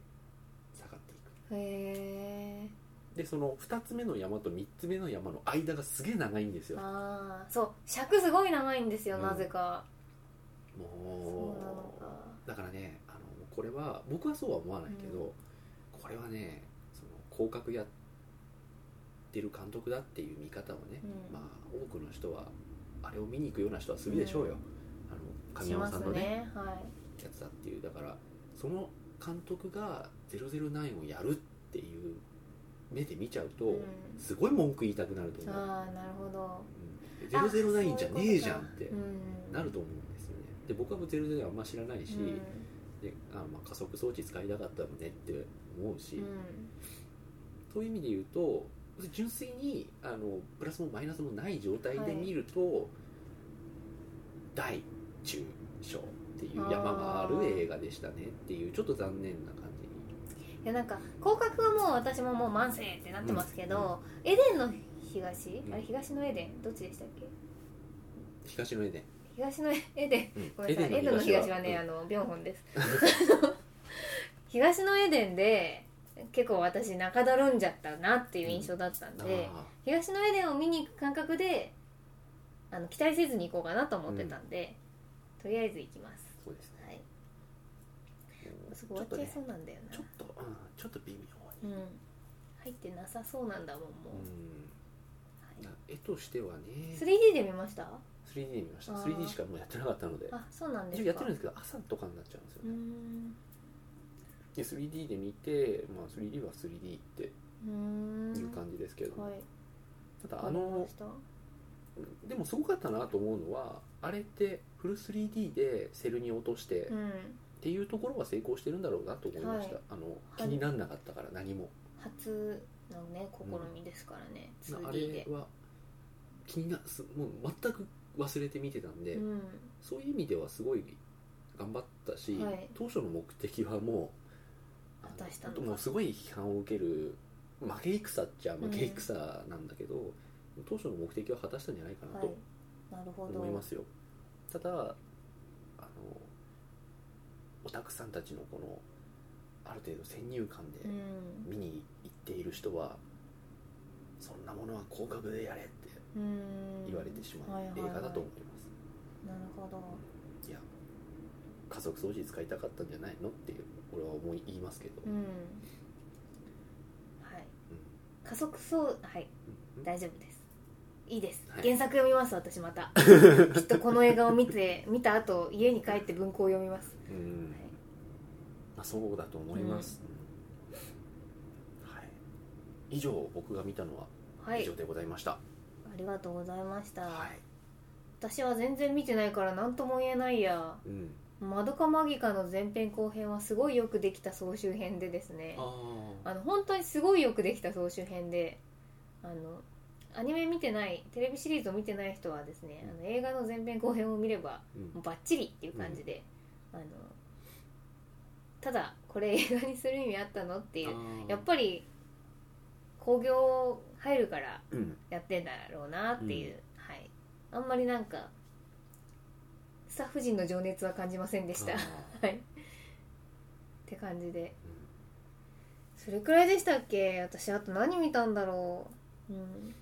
[SPEAKER 1] 下がっていく
[SPEAKER 2] へえ
[SPEAKER 1] でその2つ目の山と3つ目の山の間がすげえ長いんですよ
[SPEAKER 2] ああそう尺すごい長いんですよ、
[SPEAKER 1] うん
[SPEAKER 2] なぜか
[SPEAKER 1] も
[SPEAKER 2] そうなのか
[SPEAKER 1] だからねあのこれは僕はそうは思わないけ
[SPEAKER 2] う
[SPEAKER 1] ど、これはねその広角やってる監督だっていう見方をね、
[SPEAKER 2] うん
[SPEAKER 1] まあ多くの人はあれを見に行くような人はするでしょうよ、
[SPEAKER 2] うん
[SPEAKER 1] あの神山さんのね
[SPEAKER 2] しますねはい
[SPEAKER 1] やつだっていうだからその監督が009をやるっていう目で見ちゃうと、
[SPEAKER 2] うん
[SPEAKER 1] すごい文句言いたくなると思う、
[SPEAKER 2] ああなるほど
[SPEAKER 1] うん、009じゃねえじゃんって
[SPEAKER 2] うん
[SPEAKER 1] なると思うんですよねで僕はもう009あんま知らない
[SPEAKER 2] う
[SPEAKER 1] し、
[SPEAKER 2] ん
[SPEAKER 1] であまあ加速装置使いたかったのねって思うし、
[SPEAKER 2] うん
[SPEAKER 1] そういう意味で言うと純粋にあのプラスもマイナスもない状態で見ると、大中小っていう山がある映画でしたねっていうちょっと残念な感じに
[SPEAKER 2] いやなんか広角はもう私ももう万世ってなってますけど、エデンの東、
[SPEAKER 1] うん
[SPEAKER 2] あれ東のエデンどっちでしたっけ
[SPEAKER 1] 東のエデン、
[SPEAKER 2] 東のエデン
[SPEAKER 1] うん
[SPEAKER 2] ごめんなさいエデンの東はね、あのビョンホンです *laughs* あの東のエデンで結構私中だるんじゃったなっていう印象だったん
[SPEAKER 1] うん
[SPEAKER 2] で、
[SPEAKER 1] あ
[SPEAKER 2] 東のエデンを見に行く感覚であの期待せずに行こうかなと思ってたんで、とりあえず行きます
[SPEAKER 1] ーそうですね
[SPEAKER 2] はい
[SPEAKER 1] もう
[SPEAKER 2] すごい
[SPEAKER 1] ちょっと
[SPEAKER 2] 終わっちゃいそ
[SPEAKER 1] ね
[SPEAKER 2] うなんだよな、
[SPEAKER 1] ちょっと、うん、ちょっと微妙
[SPEAKER 2] う
[SPEAKER 1] に、
[SPEAKER 2] ん入ってなさそうなんだもんも
[SPEAKER 1] うん
[SPEAKER 2] う、は
[SPEAKER 1] な絵としては
[SPEAKER 2] い、
[SPEAKER 1] ね
[SPEAKER 2] 3D で見ました
[SPEAKER 1] 3D で見ました
[SPEAKER 2] あー
[SPEAKER 1] 3D しかもうやってなかったので
[SPEAKER 2] あそうなんで
[SPEAKER 1] 一
[SPEAKER 2] すか
[SPEAKER 1] 応やってるんですけど朝とかになっちゃうんですよ
[SPEAKER 2] うー
[SPEAKER 1] ね、
[SPEAKER 2] ん
[SPEAKER 1] で 3D で見て、まあ、3D は 3D って
[SPEAKER 2] うーん
[SPEAKER 1] いう感じですけど、
[SPEAKER 2] はい
[SPEAKER 1] ただあのでもすごかったなと思うのはあれってフル 3D でセルに落として、
[SPEAKER 2] う
[SPEAKER 1] っ
[SPEAKER 2] ん
[SPEAKER 1] ていうところは成功してるんだろうなと思いました、
[SPEAKER 2] は
[SPEAKER 1] あの気になんなかったから何も、
[SPEAKER 2] 初のね試みですからね、
[SPEAKER 1] あ
[SPEAKER 2] 2D
[SPEAKER 1] れ
[SPEAKER 2] で
[SPEAKER 1] は気になすもう全く忘れて見てたんで、
[SPEAKER 2] うん
[SPEAKER 1] そういう意味ではすごい頑張ったし、
[SPEAKER 2] はい
[SPEAKER 1] 当初の目的はもう
[SPEAKER 2] 果たしたの
[SPEAKER 1] あ
[SPEAKER 2] か
[SPEAKER 1] のもうすごい批判を受ける負け戦っちゃ負け戦なんだけど、当初の目的は果たしたんじゃないか
[SPEAKER 2] は
[SPEAKER 1] な
[SPEAKER 2] い
[SPEAKER 1] と
[SPEAKER 2] なるほど
[SPEAKER 1] 思いますよ、ただあのオタクさんたちのこのある程度先入観で
[SPEAKER 2] うん
[SPEAKER 1] 見に行っている人は、そんなものは広角でやれって
[SPEAKER 2] うん
[SPEAKER 1] 言われてしま
[SPEAKER 2] は
[SPEAKER 1] う
[SPEAKER 2] いはい
[SPEAKER 1] 映
[SPEAKER 2] はい
[SPEAKER 1] 画だと思います、
[SPEAKER 2] なるほど
[SPEAKER 1] いや家族掃除使いたかったんじゃないのって俺は思い言いますけど、
[SPEAKER 2] うんはい加速そうはい
[SPEAKER 1] うん
[SPEAKER 2] 大丈夫ですいいです、
[SPEAKER 1] はい
[SPEAKER 2] 原作読みます私ま
[SPEAKER 1] *laughs*
[SPEAKER 2] たきっとこの映画を見て見た後家に帰って文庫を読みます、
[SPEAKER 1] うん
[SPEAKER 2] はい
[SPEAKER 1] まあ、そうだと思います、うんはい、以上僕が見たの
[SPEAKER 2] は
[SPEAKER 1] はい以上でございました、
[SPEAKER 2] ありがとうございました、
[SPEAKER 1] はい
[SPEAKER 2] 私は全然見てないから何とも言えないや
[SPEAKER 1] うん、
[SPEAKER 2] 「まどかマギカ」の前編後編はすごいよくできた総集編でですね
[SPEAKER 1] ああ
[SPEAKER 2] あの本当にすごいよくできた総集編であのアニメ見てないテレビシリーズを見てない人はですねあの映画の前編後編を見ればもうバッチリっていう感じで、あのただこれ映画にする意味あったのっていうやっぱり興行入るから
[SPEAKER 1] うん
[SPEAKER 2] やってんだろうなっていう、はいあんまりなんかタッフ陣の情熱は感じませんでした
[SPEAKER 1] あ
[SPEAKER 2] は
[SPEAKER 1] ー
[SPEAKER 2] いって感じで
[SPEAKER 1] うん
[SPEAKER 2] それくらいでしたっけ私あと何見たんだろううん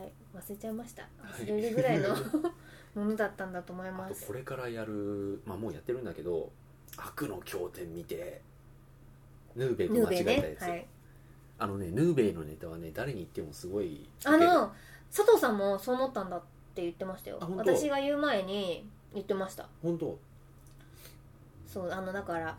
[SPEAKER 2] はい忘れちゃいました
[SPEAKER 1] はい
[SPEAKER 2] 忘れるぐらい
[SPEAKER 1] *laughs*
[SPEAKER 2] の
[SPEAKER 1] あ
[SPEAKER 2] ものだったんだと思い *laughs* ま
[SPEAKER 1] と
[SPEAKER 2] す
[SPEAKER 1] これからやる、まあ、もうやってるんだけど「悪の経典」見てヌーベイと
[SPEAKER 2] ヌー
[SPEAKER 1] 間
[SPEAKER 2] ベイ
[SPEAKER 1] 違えたや
[SPEAKER 2] ね
[SPEAKER 1] つ、
[SPEAKER 2] はい
[SPEAKER 1] あのねヌーベイのネタはね誰に言ってもすごい
[SPEAKER 2] あ
[SPEAKER 1] 受ける
[SPEAKER 2] の佐藤さんもそう思ったんだって言ってましたよ
[SPEAKER 1] あ本当
[SPEAKER 2] 私が言う前に言ってました
[SPEAKER 1] 本当
[SPEAKER 2] そうあのだから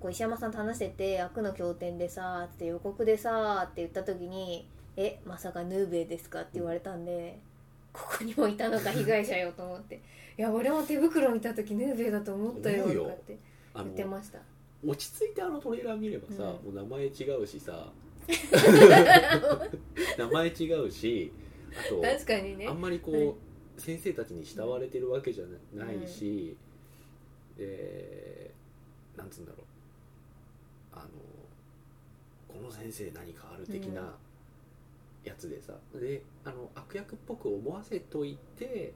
[SPEAKER 2] こう石山さんと話してて「悪の経典」でさって予告でさって言った時に「えまさかヌーベイですか?」って言われたんで「ここにもいたのか被害者よ」と思って「いや俺も手袋見た時ヌーベイだと思ったよ」
[SPEAKER 1] 思う
[SPEAKER 2] と
[SPEAKER 1] よ
[SPEAKER 2] かって
[SPEAKER 1] あ
[SPEAKER 2] 言って
[SPEAKER 1] の
[SPEAKER 2] ま
[SPEAKER 1] *laughs*
[SPEAKER 2] した *laughs*
[SPEAKER 1] 落ち着いてあのトレーラー見れば
[SPEAKER 2] う
[SPEAKER 1] さ、もう名前違うしさ名前違うし
[SPEAKER 2] *laughs*
[SPEAKER 1] あと
[SPEAKER 2] 確かにね
[SPEAKER 1] あんまりこう、
[SPEAKER 2] はい
[SPEAKER 1] 先生たちに慕われてるわけじゃなないし、えーなんつうんだろうあのこの先生何かある的
[SPEAKER 2] うん
[SPEAKER 1] なやつでさ、であの悪役っぽく思わせといて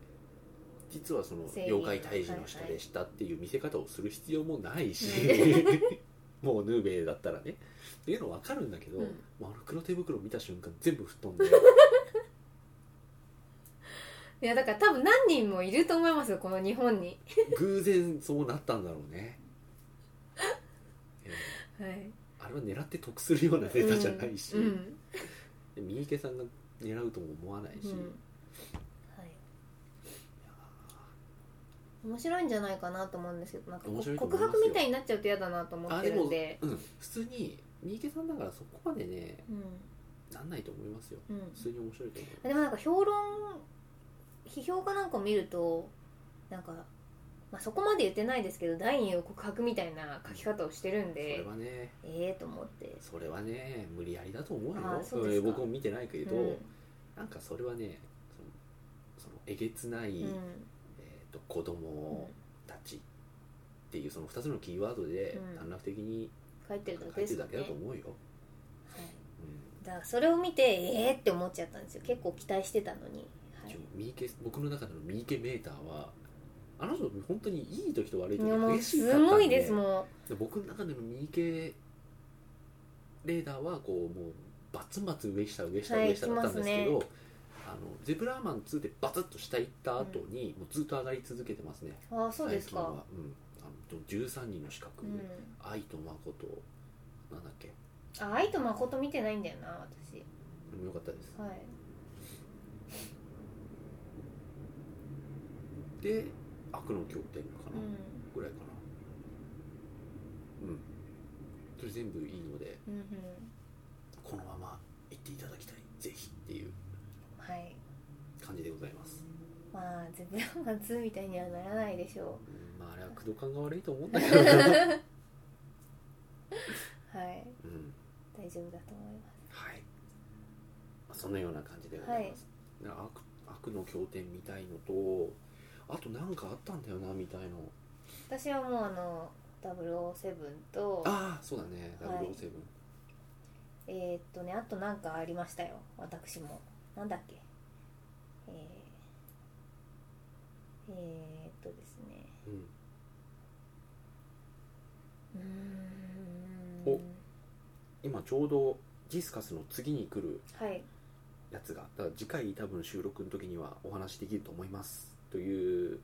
[SPEAKER 1] 実はその
[SPEAKER 2] 正義
[SPEAKER 1] 妖怪退治の下でしたっていう見せ方をする必要もないし、 *laughs* もうヌーベイだったらねっていうの分かるんだけど、
[SPEAKER 2] うん
[SPEAKER 1] もうあの黒手袋見た瞬間全部吹っ飛んで。
[SPEAKER 2] いやだから多分何人もいると思いますよこの日本に
[SPEAKER 1] 偶然そうなったんだろうね、え
[SPEAKER 2] はい
[SPEAKER 1] ーあれは狙って得するようなネタじゃないし、
[SPEAKER 2] うんうん
[SPEAKER 1] で三池さんが狙うとも思わないし、
[SPEAKER 2] うん
[SPEAKER 1] いや
[SPEAKER 2] はい面白いんじゃないかなと思うんですけどなんかこ
[SPEAKER 1] 面白いと思
[SPEAKER 2] 告
[SPEAKER 1] いますよ
[SPEAKER 2] 白みたいになっちゃうと嫌だなと思
[SPEAKER 1] ーあ
[SPEAKER 2] って
[SPEAKER 1] で
[SPEAKER 2] る
[SPEAKER 1] も
[SPEAKER 2] んで
[SPEAKER 1] うん、普通に三池さんだからそこまでね
[SPEAKER 2] うん
[SPEAKER 1] なんないと思いますよ
[SPEAKER 2] うん
[SPEAKER 1] 普通に面白いと思
[SPEAKER 2] でもなんか評論批評家なんかを見るとなんか、まあ、そこまで言ってないですけど第二を告白みたいな書き方をしてるん
[SPEAKER 1] う、それ
[SPEAKER 2] で
[SPEAKER 1] はね
[SPEAKER 2] ええと思って
[SPEAKER 1] それはね無理やりだと思うよ
[SPEAKER 2] あーそうですか
[SPEAKER 1] ん僕も見てないけど、
[SPEAKER 2] うん
[SPEAKER 1] なんかそれはねそのそのえげつない、
[SPEAKER 2] うん
[SPEAKER 1] えー、と子供たちっていうその2つのキーワードで
[SPEAKER 2] うん
[SPEAKER 1] 短絡的に
[SPEAKER 2] 書いてるだ
[SPEAKER 1] 書
[SPEAKER 2] けで
[SPEAKER 1] いて
[SPEAKER 2] す
[SPEAKER 1] る
[SPEAKER 2] か
[SPEAKER 1] だけだ
[SPEAKER 2] ね
[SPEAKER 1] と思うよ、
[SPEAKER 2] はい
[SPEAKER 1] うん
[SPEAKER 2] だからそれを見てええって思っちゃったんですよ結構期待してたのに、はい
[SPEAKER 1] ちょ三池僕の中での三池メーターはあの人本当にいい時と悪い時
[SPEAKER 2] いやもう
[SPEAKER 1] 激しかっ
[SPEAKER 2] す
[SPEAKER 1] たんで
[SPEAKER 2] ごいですも
[SPEAKER 1] で僕の中での三池レーダーはこうもうバツンバツン上下上下
[SPEAKER 2] はい
[SPEAKER 1] 上下だったんですけ
[SPEAKER 2] 来
[SPEAKER 1] ど、あのゼブラーマン2でバツッと下行った後に、もうずっと上がり続けてますね
[SPEAKER 2] うああそうです
[SPEAKER 1] 最近
[SPEAKER 2] か
[SPEAKER 1] は、うん、あの13人の資
[SPEAKER 2] う
[SPEAKER 1] 格、
[SPEAKER 2] ん
[SPEAKER 1] 愛と誠なんだっけ
[SPEAKER 2] あ愛と誠見てないんだよな私
[SPEAKER 1] でもよかったです
[SPEAKER 2] はい
[SPEAKER 1] で悪の経典か
[SPEAKER 2] う
[SPEAKER 1] な、
[SPEAKER 2] ん
[SPEAKER 1] ぐらいかなうんそれ全部いいので
[SPEAKER 2] うんうん
[SPEAKER 1] このまま行っていただきたいぜひっていう
[SPEAKER 2] はい
[SPEAKER 1] 感じでございます、
[SPEAKER 2] まあゼブラマン2みたいにはならないでしょ
[SPEAKER 1] うんまああれは駆動感が悪いと *laughs* 思うんだけどな、
[SPEAKER 2] うはい
[SPEAKER 1] うん、
[SPEAKER 2] 大丈夫だと思いま
[SPEAKER 1] はいまあそのような感じでございます、な悪悪の経典みたいのとあとなんかあったんだよなみたいの
[SPEAKER 2] す私はもうあの007と
[SPEAKER 1] ああそうだね
[SPEAKER 2] はい
[SPEAKER 1] 007、
[SPEAKER 2] えーっとねあとなんかありましたよ私もなんだっけえー、えー、っとですね
[SPEAKER 1] うん
[SPEAKER 2] うーん
[SPEAKER 1] お今ちょうどディスカスの次に来る
[SPEAKER 2] はい
[SPEAKER 1] やつがだから次回多分収録の時にはお話できると思いますという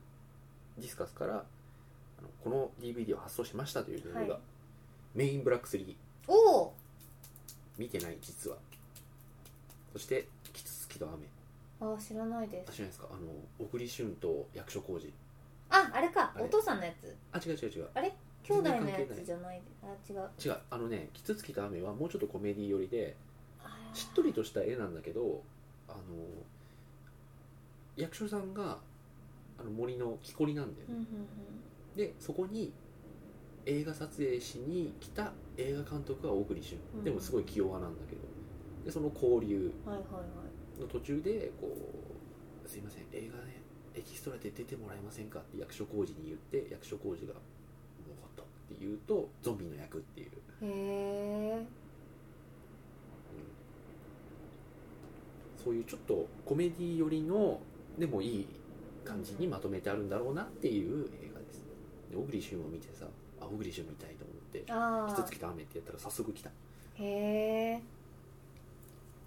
[SPEAKER 1] ディスカスからあのこの DVD を発送しましたというメールが、
[SPEAKER 2] はい
[SPEAKER 1] メインブラック3
[SPEAKER 2] おお
[SPEAKER 1] 見てない実はそして「キツツキと雨
[SPEAKER 2] あー知らない」で
[SPEAKER 1] あ
[SPEAKER 2] す
[SPEAKER 1] 知らないですかあの小栗旬と役所広司
[SPEAKER 2] ああれか
[SPEAKER 1] あれ
[SPEAKER 2] お父さんのやつ
[SPEAKER 1] あ違う違う違う
[SPEAKER 2] あれ兄弟のや
[SPEAKER 1] 全然関係な
[SPEAKER 2] つ
[SPEAKER 1] い
[SPEAKER 2] じゃないあ違う
[SPEAKER 1] 違うあのね「キツツキと雨」はもうちょっとコメディ寄りで
[SPEAKER 2] あー
[SPEAKER 1] しっとりとした絵なんだけどあの役所さんがあの森の木こりなんだよ
[SPEAKER 2] う
[SPEAKER 1] ね
[SPEAKER 2] んうんうん
[SPEAKER 1] でそこに映画撮影しに来た映画監督は小栗旬、
[SPEAKER 2] うん
[SPEAKER 1] でもすごい気弱なんだけどでその交流
[SPEAKER 2] はいはいはい
[SPEAKER 1] の途中でこう「すいません映画ねエキストラで出てもらえませんか?」って役所広司に言って役所広司が「もう分かった」って言うとゾンビの役っていう、
[SPEAKER 2] へえ
[SPEAKER 1] そういうちょっとコメディ寄りのでもいい感じにまとめてあるんだろうなっていう映画ですで小栗旬を見てさあ小栗旬見たいと思って「
[SPEAKER 2] あ
[SPEAKER 1] キツ
[SPEAKER 2] あ
[SPEAKER 1] ツキと雨」ってやったら早速来た
[SPEAKER 2] へえ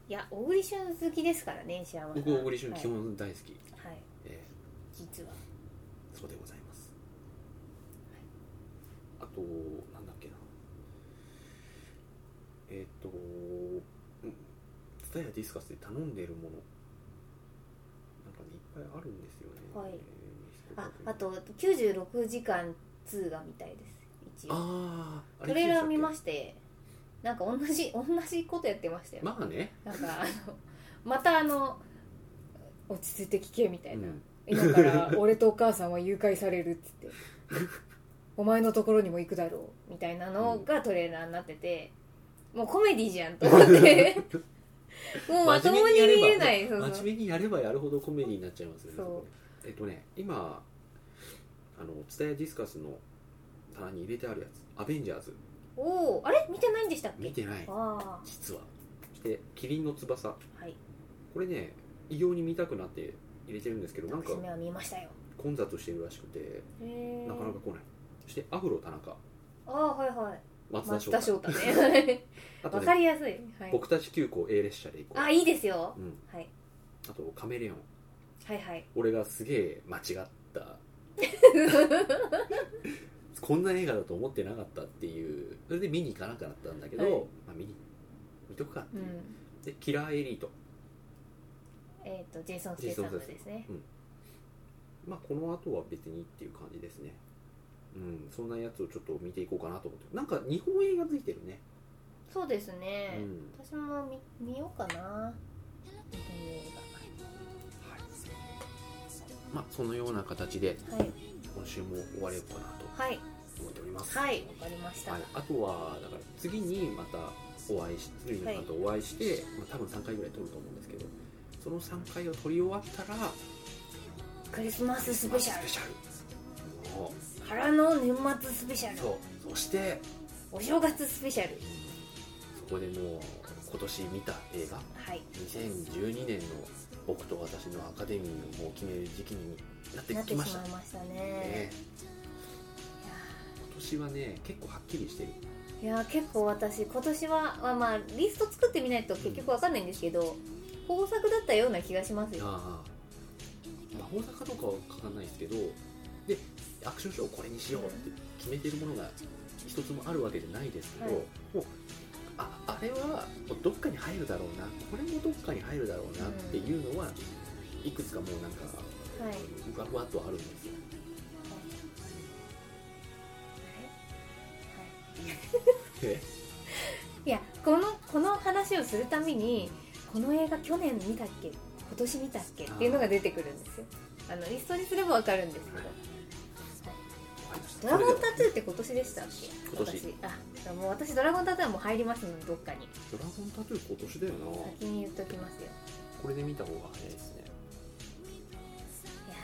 [SPEAKER 2] いや小栗旬好きですからね石山さん
[SPEAKER 1] 僕小栗旬
[SPEAKER 2] はい
[SPEAKER 1] 基本大好き、
[SPEAKER 2] はい
[SPEAKER 1] え
[SPEAKER 2] 実は
[SPEAKER 1] ーそうでございますあとなんだっけなえっ、と伝えやディスカスで頼んでるものなんかねいっぱいあるんですよね
[SPEAKER 2] はい
[SPEAKER 1] えー
[SPEAKER 2] ああと96時間2が見たいです一応
[SPEAKER 1] あーあ
[SPEAKER 2] トレーラー見ま
[SPEAKER 1] し
[SPEAKER 2] してなんか同じ *laughs* 同じことやってましたよ、
[SPEAKER 1] まあね、
[SPEAKER 2] なんかあのまたあの落ち着いて聞けみた
[SPEAKER 1] う
[SPEAKER 2] いな、
[SPEAKER 1] ん、
[SPEAKER 2] 今から俺とお母さんは誘拐されるっつって *laughs* お前のところにも行くだろうみたいなのがトレーラーになっててもうコメディじゃんと思
[SPEAKER 1] *laughs*
[SPEAKER 2] ってもうまともに見れないそうそ
[SPEAKER 1] 真
[SPEAKER 2] う
[SPEAKER 1] 面目にやればやるほどコメディになっちゃいますよね
[SPEAKER 2] そう
[SPEAKER 1] これえっとね今あの蔦屋ディスカスの棚に入れてあるやつ「アベンジャーズ
[SPEAKER 2] おおあれ見てないんでしたっ」け
[SPEAKER 1] 見てない
[SPEAKER 2] あ
[SPEAKER 1] 実はそして「キリンの翼
[SPEAKER 2] あはい」
[SPEAKER 1] これね異様に見たくなって入れてるんですけどなんか
[SPEAKER 2] 私目は見ましたよ
[SPEAKER 1] 混雑してるらしくて
[SPEAKER 2] へー
[SPEAKER 1] なかなか来ないそしてアフロ田中
[SPEAKER 2] ああはいはい
[SPEAKER 1] 松田
[SPEAKER 2] 松
[SPEAKER 1] 翔
[SPEAKER 2] 田
[SPEAKER 1] 太
[SPEAKER 2] 翔太ね
[SPEAKER 1] あと
[SPEAKER 2] わか
[SPEAKER 1] ね
[SPEAKER 2] りやすい、はい、
[SPEAKER 1] 僕たち急行 A 列車で行こう
[SPEAKER 2] あいいですよ、
[SPEAKER 1] うん、
[SPEAKER 2] はい、
[SPEAKER 1] あとカメレオン
[SPEAKER 2] はいはい
[SPEAKER 1] 俺がすげえ間違った
[SPEAKER 2] *laughs*
[SPEAKER 1] こんな映画だと思ってなかったっていうそれで見に行かなくなったんだけど、
[SPEAKER 2] はい
[SPEAKER 1] まあ、見に見とくかって
[SPEAKER 2] う
[SPEAKER 1] いうんでキラーエリート、
[SPEAKER 2] えっ、とジェイソン・ステイサムですね
[SPEAKER 1] まあ、この後は別にっていう感じですねうんそんなやつをちょっと見ていこうかなと思ってなんか日本映画ついてるね、
[SPEAKER 2] そうです
[SPEAKER 1] う
[SPEAKER 2] ね、
[SPEAKER 1] ん
[SPEAKER 2] 私も見見ようかな日本映
[SPEAKER 1] はい、まあそのような形で
[SPEAKER 2] 画はい
[SPEAKER 1] 今週も終われようかなと
[SPEAKER 2] はい
[SPEAKER 1] 思っております
[SPEAKER 2] はいわかりました、
[SPEAKER 1] はい、あとはだから次にまたお会いし次の方とお会いして、まあ、多分3回ぐらい撮ると思うんですけどその3回を撮り終わったら
[SPEAKER 2] クリスマススペシャル
[SPEAKER 1] スペシャルも
[SPEAKER 2] からの年末スペシャ
[SPEAKER 1] う
[SPEAKER 2] ル
[SPEAKER 1] そうそして
[SPEAKER 2] お正月スペシャル
[SPEAKER 1] そこでもう今年見た映画
[SPEAKER 2] はい
[SPEAKER 1] 2012年の僕と私のアカデミーをもう決める時期になって
[SPEAKER 2] なって
[SPEAKER 1] き
[SPEAKER 2] し
[SPEAKER 1] ました
[SPEAKER 2] まいましたね
[SPEAKER 1] ね
[SPEAKER 2] いやー
[SPEAKER 1] 今年はね結構はっきりしてる
[SPEAKER 2] いやー結構私今年は、まあ、まあリスト作ってみないと結局わかんないんですけど豊作だったような気がしますよ
[SPEAKER 1] ああ魔法坂とかは書かないですけどでアクションショーをこれにしようって決めてるものが一つもあるわけじゃないですけど、
[SPEAKER 2] はい
[SPEAKER 1] もうああれはどっかに入るだろうなこれもどっかに入るだろうなっていうのはいくつかもうなんか
[SPEAKER 2] はい
[SPEAKER 1] ふわふわっとあるんですよで
[SPEAKER 2] いやこのこの話をするためにこの映画去年見たっけ今年見たっけっていうのが出てくるんですよあのリストにすればわかるんですけど「ドラゴンタトゥー」って今年でしたっけ
[SPEAKER 1] 今年
[SPEAKER 2] 私あだからもう私「ドラゴンタトゥー」はもう入りますのでどっかに
[SPEAKER 1] ドラゴンタトゥー今年だよな
[SPEAKER 2] 先に言っときますよ
[SPEAKER 1] これで見た方が早いですね
[SPEAKER 2] いや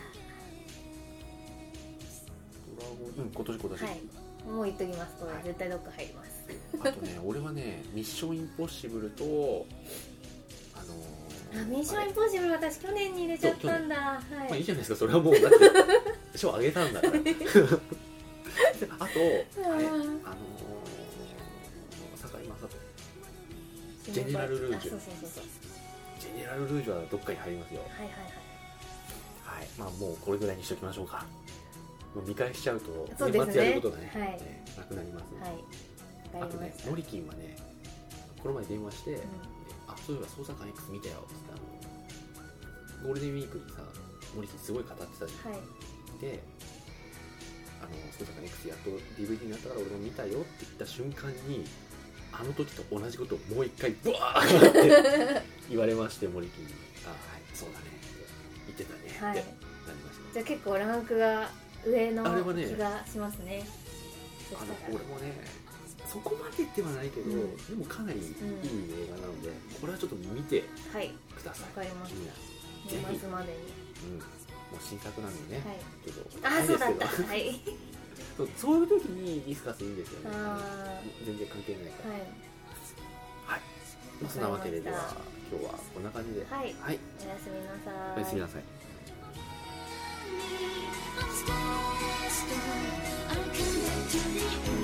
[SPEAKER 1] ドラゴン、うん、今年今年、
[SPEAKER 2] はいもう言っときますこれは絶対どっか入ります
[SPEAKER 1] あとね俺はねミッションインポッシブルとあの
[SPEAKER 2] あ
[SPEAKER 1] ー
[SPEAKER 2] ミッショ
[SPEAKER 1] あ
[SPEAKER 2] ン
[SPEAKER 1] れ
[SPEAKER 2] インポッシブル私去年に入れちゃったんだ
[SPEAKER 1] まあ
[SPEAKER 2] はい
[SPEAKER 1] い
[SPEAKER 2] い
[SPEAKER 1] じゃないですかそれはもうだって賞あげたん
[SPEAKER 2] *laughs*
[SPEAKER 1] だからあとあれあのー堺雅人ジェネラルルージ
[SPEAKER 2] あそう
[SPEAKER 1] ュ
[SPEAKER 2] そうそうそう
[SPEAKER 1] ジェネラル・ルージュはどっかに入りますよ
[SPEAKER 2] はいはいはい
[SPEAKER 1] はいまあもうこれぐらいにしときましょうかもう見返しちゃうと
[SPEAKER 2] そうですね
[SPEAKER 1] 年末やることがね
[SPEAKER 2] はい
[SPEAKER 1] ねなくなりますね、
[SPEAKER 2] はい。わ
[SPEAKER 1] あ
[SPEAKER 2] かり
[SPEAKER 1] と
[SPEAKER 2] ま
[SPEAKER 1] ね
[SPEAKER 2] した。
[SPEAKER 1] ノリキンはねこの前電話して、
[SPEAKER 2] うん
[SPEAKER 1] あそういえば捜査官 X 見たよってってあのゴールデンウィークにさ森木すごい語ってたじゃん、
[SPEAKER 2] はい。
[SPEAKER 1] であの捜査官 X やっと DVD になったから俺も見たよって言った瞬間にあの時と同じことをもう一回ブワーって言われまして森木に「あはいそうだね」って言ってたねって、
[SPEAKER 2] はい。
[SPEAKER 1] なりましたね
[SPEAKER 2] じゃあ結構ランクが上の
[SPEAKER 1] あれはね
[SPEAKER 2] 気がしますね。そ
[SPEAKER 1] あ
[SPEAKER 2] し
[SPEAKER 1] の
[SPEAKER 2] たら
[SPEAKER 1] 俺もねそこまでではないけど、
[SPEAKER 2] うん
[SPEAKER 1] でもかなりいい映画なので、これはちょっと見て
[SPEAKER 2] はい。
[SPEAKER 1] ください
[SPEAKER 2] わかりました
[SPEAKER 1] 気になる
[SPEAKER 2] 年
[SPEAKER 1] ぜひ
[SPEAKER 2] 末まで
[SPEAKER 1] うん、もう新作なんでね、
[SPEAKER 2] に。
[SPEAKER 1] ちょっと
[SPEAKER 2] はい。あ、そうだっ
[SPEAKER 1] ど
[SPEAKER 2] た。はい。
[SPEAKER 1] *laughs* そうそういう時にディスカスいいんですよね
[SPEAKER 2] あ
[SPEAKER 1] 全然関係ないか
[SPEAKER 2] ー
[SPEAKER 1] ら、
[SPEAKER 2] はい。
[SPEAKER 1] まあそんなわけででは
[SPEAKER 2] わかり
[SPEAKER 1] 今日はこんな感じで
[SPEAKER 2] はい。
[SPEAKER 1] はい、
[SPEAKER 2] おやすみなさい。
[SPEAKER 1] おやすみなさい
[SPEAKER 3] 「夢の中で」 I connect to the